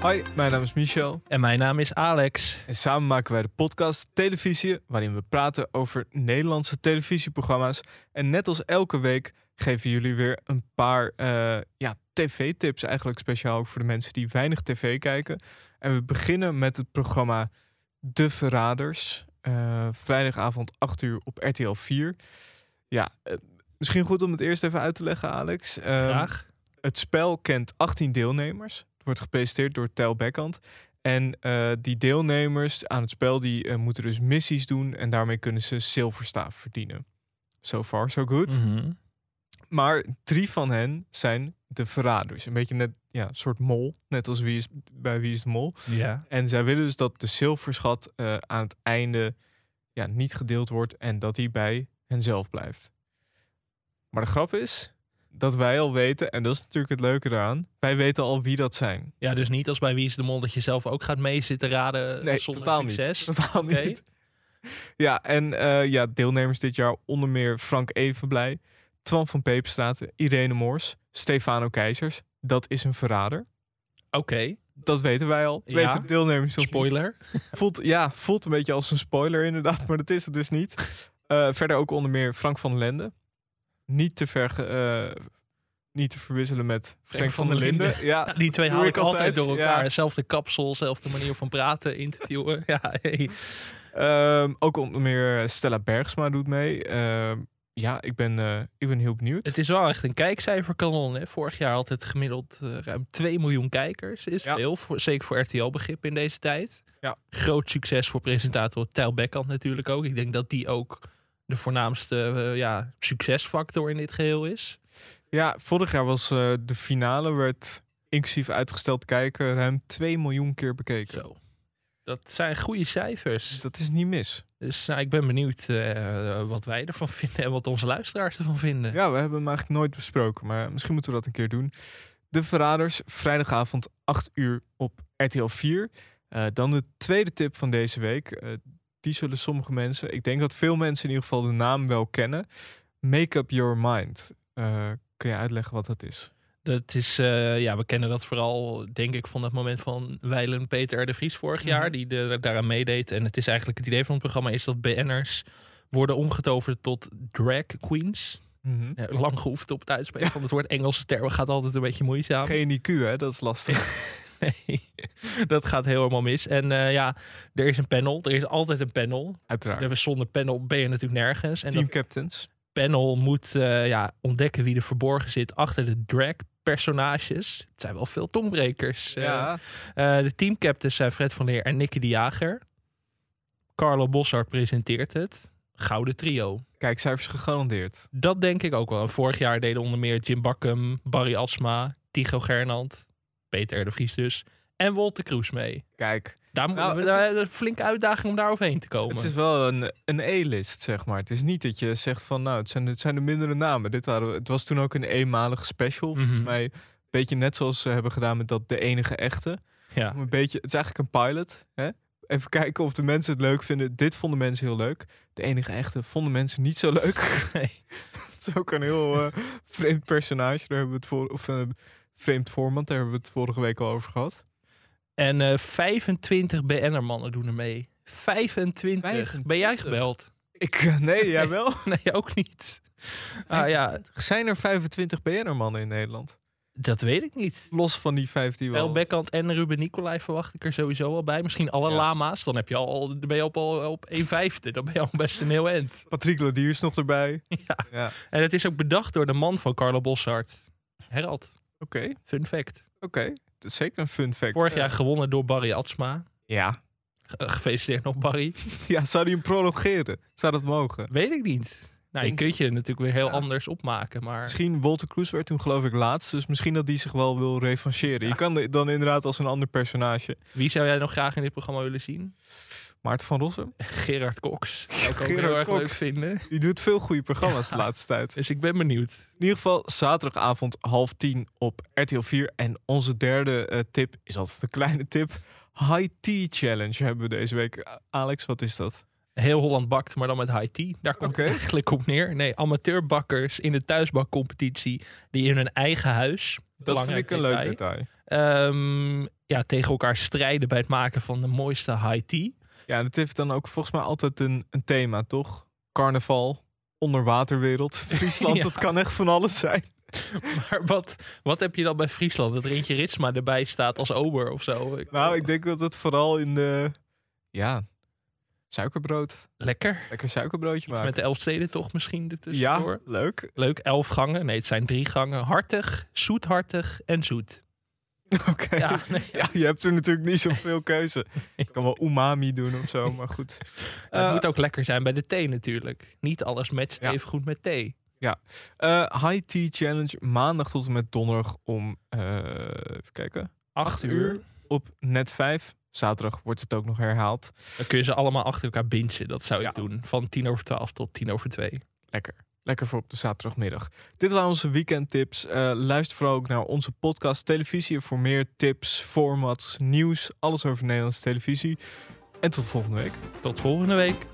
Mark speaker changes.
Speaker 1: Hoi, mijn naam is Michel
Speaker 2: En mijn naam is Alex.
Speaker 1: en samen maken wij de podcast Televisie, waarin we praten over Nederlandse televisieprogramma's. En net als elke week geven jullie weer een paar eh, ja, tv-tips, eigenlijk speciaal ook voor de mensen die weinig tv kijken. En we beginnen met het programma De Verraders, eh, vrijdagavond 8 uur op RTL 4. Ja, eh, misschien goed om het eerst even uit te leggen, Alex. Ehm,
Speaker 2: Graag.
Speaker 1: Het spel kent 18 deelnemers. Het wordt gepresenteerd door Tel Beckhand. En eh, die deelnemers aan het spel die, eh, moeten dus missies doen. En daarmee kunnen ze zilverstaaf verdienen. So far, so good.
Speaker 2: Mhm.
Speaker 1: Maar drie van hen zijn de verraders. Een beetje net, ja, een soort mol. Net als wie is, bij Wie is de Mol.
Speaker 2: Ja.
Speaker 1: En zij willen dus dat de zilverschat eh, aan het einde ja, niet gedeeld wordt en dat die bij henzelf blijft. Maar de grap is dat wij al weten, en dat is natuurlijk het leuke eraan, wij weten al wie dat zijn.
Speaker 2: ja, dus niet als bij Wie is de Mol dat je zelf ook gaat mee zitten raden
Speaker 1: Nee,
Speaker 2: Eh, zonder
Speaker 1: totaal
Speaker 2: succes.
Speaker 1: niet. Totaal
Speaker 2: Oké.
Speaker 1: niet. Ja, en eh, ja, deelnemers dit jaar onder meer Frank Evenblij, Twan van Peepstraten, Irene Moors, Stefano Keizers. Dat is een verrader.
Speaker 2: Oké,
Speaker 1: Dat weten wij al.
Speaker 2: Ja.
Speaker 1: Weten de deelnemers nog niet.
Speaker 2: spoiler.
Speaker 1: Voelt, ja, voelt een beetje als een spoiler inderdaad, maar dat is het dus niet. Eh, verder ook onder meer Frank van Lende. Niet te, ver, ge- eh, niet te verwisselen met Frank, van, der Linden. Ja,
Speaker 2: Nou, Die twee
Speaker 1: doe
Speaker 2: haal
Speaker 1: ik
Speaker 2: ik altijd
Speaker 1: altijd,
Speaker 2: door
Speaker 1: ja.
Speaker 2: elkaar. Zelfde kapsel, zelfde manier van praten, interviewen. Ja, hey.
Speaker 1: ehm, ook onder meer Stella Bergsma doet mee. Ehm, ja, ik ben, eh, ik ben heel benieuwd.
Speaker 2: Het is wel echt een kijkcijferkanon. Hè? Vorig jaar had het gemiddeld eh, ruim 2 miljoen kijkers. Is
Speaker 1: Ja.
Speaker 2: veel, voor, zeker voor RTL-begrip in deze tijd.
Speaker 1: Ja.
Speaker 2: Groot succes voor presentator Tijl Bekkant natuurlijk ook. Ik denk dat die ook de voornaamste eh, ja, succesfactor in dit geheel is.
Speaker 1: Ja, vorig jaar was eh, de finale, werd inclusief uitgesteld kijken, ruim 2 miljoen keer bekeken.
Speaker 2: Zo. Dat zijn goede cijfers.
Speaker 1: Dat is niet mis.
Speaker 2: Dus nou, ik ben benieuwd eh, wat wij ervan vinden en wat onze luisteraars ervan vinden.
Speaker 1: Ja, we hebben hem eigenlijk nooit besproken, maar misschien moeten we dat een keer doen. De Verraders, vrijdagavond 8 uur op RTL 4. Eh, dan de tweede tip van deze week. Eh, die zullen sommige mensen, ik denk dat veel mensen in ieder geval de naam wel kennen. Make Up Your Mind. Eh, kun je uitleggen wat dat is?
Speaker 2: Dat is, eh, ja, we kennen dat vooral, denk ik, van dat moment van Weilen Peter R. de Vries vorig
Speaker 1: Mhm.
Speaker 2: jaar, die de, daaraan meedeed. En het is eigenlijk het idee van het programma is dat BN'ers worden omgetoverd tot drag queens.
Speaker 1: Mhm.
Speaker 2: Ja, lang geoefend op het uitspreken van het woord Engelse term gaat altijd een beetje moeizaam.
Speaker 1: Geen IQ, hè? Dat is lastig.
Speaker 2: Nee, dat gaat helemaal mis. En eh, ja, er is een panel. Er is altijd een panel.
Speaker 1: Uiteraard.
Speaker 2: Dus Zonder panel ben je natuurlijk nergens. En dat
Speaker 1: Team Captains.
Speaker 2: panel moet eh, ja, ontdekken wie er verborgen zit achter de drag personages. Het zijn wel veel tongbrekers. eh.
Speaker 1: Ja.
Speaker 2: Eh, de teamcaptains zijn Fred van Leer en Nicky de Jager. Carlo Bossard presenteert het. Gouden trio.
Speaker 1: Kijkcijfers gegarandeerd.
Speaker 2: Dat denk ik ook wel. En vorig jaar deden onder meer Jim Bakkum, Barry Asma, Tycho Gernand, Peter R. de Vries dus. En Wolter Kroes mee.
Speaker 1: Kijk,
Speaker 2: Daar moeten
Speaker 1: Nou,
Speaker 2: we
Speaker 1: het
Speaker 2: daar-
Speaker 1: is-
Speaker 2: een flinke uitdaging om daar overheen te komen.
Speaker 1: Het is wel een, een E-list, zeg maar. Het is niet dat je zegt van, nou, het zijn, het zijn de mindere namen. Dit waren, we- het was toen ook een eenmalig special. Volgens
Speaker 2: Mhm.
Speaker 1: mij een beetje net zoals ze hebben gedaan met dat De Enige Echte.
Speaker 2: ja.
Speaker 1: Om Een beetje, het is eigenlijk een pilot. Hè? Even kijken of de mensen het leuk vinden. Dit vonden mensen heel leuk. De Enige Echte vonden mensen niet zo leuk.
Speaker 2: Nee.
Speaker 1: Het is ook een heel eh, vreemd personage. Daar hebben we het voor, of een vreemd format. Daar hebben we het vorige week al over gehad.
Speaker 2: En eh 25 BN'er-mannen doen er mee. 25.
Speaker 1: 25?
Speaker 2: Ben jij gebeld?
Speaker 1: Ik, eh, nee, jij wel.
Speaker 2: Nee, ook niet. Ah ja,
Speaker 1: Zijn er 25 BN'er-mannen in Nederland?
Speaker 2: dat weet ik niet.
Speaker 1: Los van die vijf die we
Speaker 2: Wel
Speaker 1: al-
Speaker 2: Bekkant en Ruben Nicolai verwacht ik er sowieso al bij. Misschien alle
Speaker 1: Ja.
Speaker 2: lama's. Dan, heb je al, al- dan ben je op, al, op 1 vijfde. Dan ben je al best een heel end.
Speaker 1: Patrick Lodier is nog erbij.
Speaker 2: Ja.
Speaker 1: Ja.
Speaker 2: En het is ook bedacht door de man van Carlo Bossard. Herald.
Speaker 1: Oké,
Speaker 2: Fun fact.
Speaker 1: oké. Dat is zeker een fun fact.
Speaker 2: Vorig
Speaker 1: Eh,
Speaker 2: jaar gewonnen door Barry Atsma.
Speaker 1: Ja.
Speaker 2: Ge- eh, Gefeliciteerd nog, Barry.
Speaker 1: ja, zou die hem prolongeren? Zou dat mogen?
Speaker 2: Weet ik niet. Nou, je
Speaker 1: Denk-
Speaker 2: kunt je natuurlijk weer heel
Speaker 1: Ja.
Speaker 2: anders opmaken. Maar
Speaker 1: Misschien, Walter Cruz werd toen geloof ik laatst. Dus misschien dat die zich wel wil revancheren.
Speaker 2: Ja.
Speaker 1: Je kan de- dan inderdaad als een ander personage.
Speaker 2: wie zou jij nog graag in dit programma willen zien?
Speaker 1: Maarten van Rossum.
Speaker 2: Gerard Cox. Zou ik ook
Speaker 1: Gerard
Speaker 2: heel erg
Speaker 1: Cox.
Speaker 2: leuk vinden.
Speaker 1: Die doet veel goede programma's de
Speaker 2: Ja.
Speaker 1: laatste tijd.
Speaker 2: Dus ik ben benieuwd.
Speaker 1: In ieder geval zaterdagavond half tien op RTL 4. En onze derde eh, tip is altijd een kleine tip. High Tea Challenge hebben we deze week. Alex, wat is dat?
Speaker 2: Heel Holland bakt, maar dan met high tea. Daar komt
Speaker 1: Oké.
Speaker 2: het eigenlijk op neer. Nee, amateurbakkers in de thuisbakcompetitie die in hun eigen huis.
Speaker 1: Dat vind
Speaker 2: belangrijk
Speaker 1: ik een leuk
Speaker 2: detail,
Speaker 1: detail.
Speaker 2: Ehm, ja, tegen elkaar strijden bij het maken van de mooiste high tea.
Speaker 1: Ja, dat heeft dan ook volgens mij altijd een, een thema, toch? Carnaval, onderwaterwereld, Friesland,
Speaker 2: Ja.
Speaker 1: dat kan echt van alles zijn.
Speaker 2: Maar wat, wat heb je dan bij Friesland? Dat Rintje Ritsma erbij staat als ober of zo.
Speaker 1: Nou, ik denk dat het vooral in de... Ja, suikerbrood.
Speaker 2: Lekker.
Speaker 1: Lekker suikerbroodje
Speaker 2: Iets
Speaker 1: maken.
Speaker 2: met de Elfsteden toch misschien ertussendoor.
Speaker 1: Ja, leuk.
Speaker 2: Leuk, elf gangen. Nee, het zijn drie gangen. Hartig, zoethartig en zoet.
Speaker 1: Oké.
Speaker 2: Ja, nee, ja.
Speaker 1: Ja, je hebt er natuurlijk niet zoveel keuze. Je kan wel umami doen of zo, maar goed.
Speaker 2: Maar het
Speaker 1: Eh,
Speaker 2: moet ook lekker zijn bij de thee natuurlijk. Niet alles matcht
Speaker 1: Ja.
Speaker 2: even goed met thee.
Speaker 1: eh, high Tea Challenge maandag tot en met donderdag om, eh, even kijken,
Speaker 2: Acht,
Speaker 1: Acht
Speaker 2: uur.
Speaker 1: uur. op net 5. Zaterdag wordt het ook nog herhaald.
Speaker 2: Dan kun je ze allemaal achter elkaar bingen. Dat zou ik
Speaker 1: Ja.
Speaker 2: doen. Van tien over twaalf tot tien over twee.
Speaker 1: Lekker. Lekker voor op de zaterdagmiddag. Dit waren onze weekendtips. Eh, luister vooral ook naar onze podcast Televisie voor meer tips, formats, nieuws, alles over Nederlandse televisie. En tot volgende week.
Speaker 2: Tot volgende week.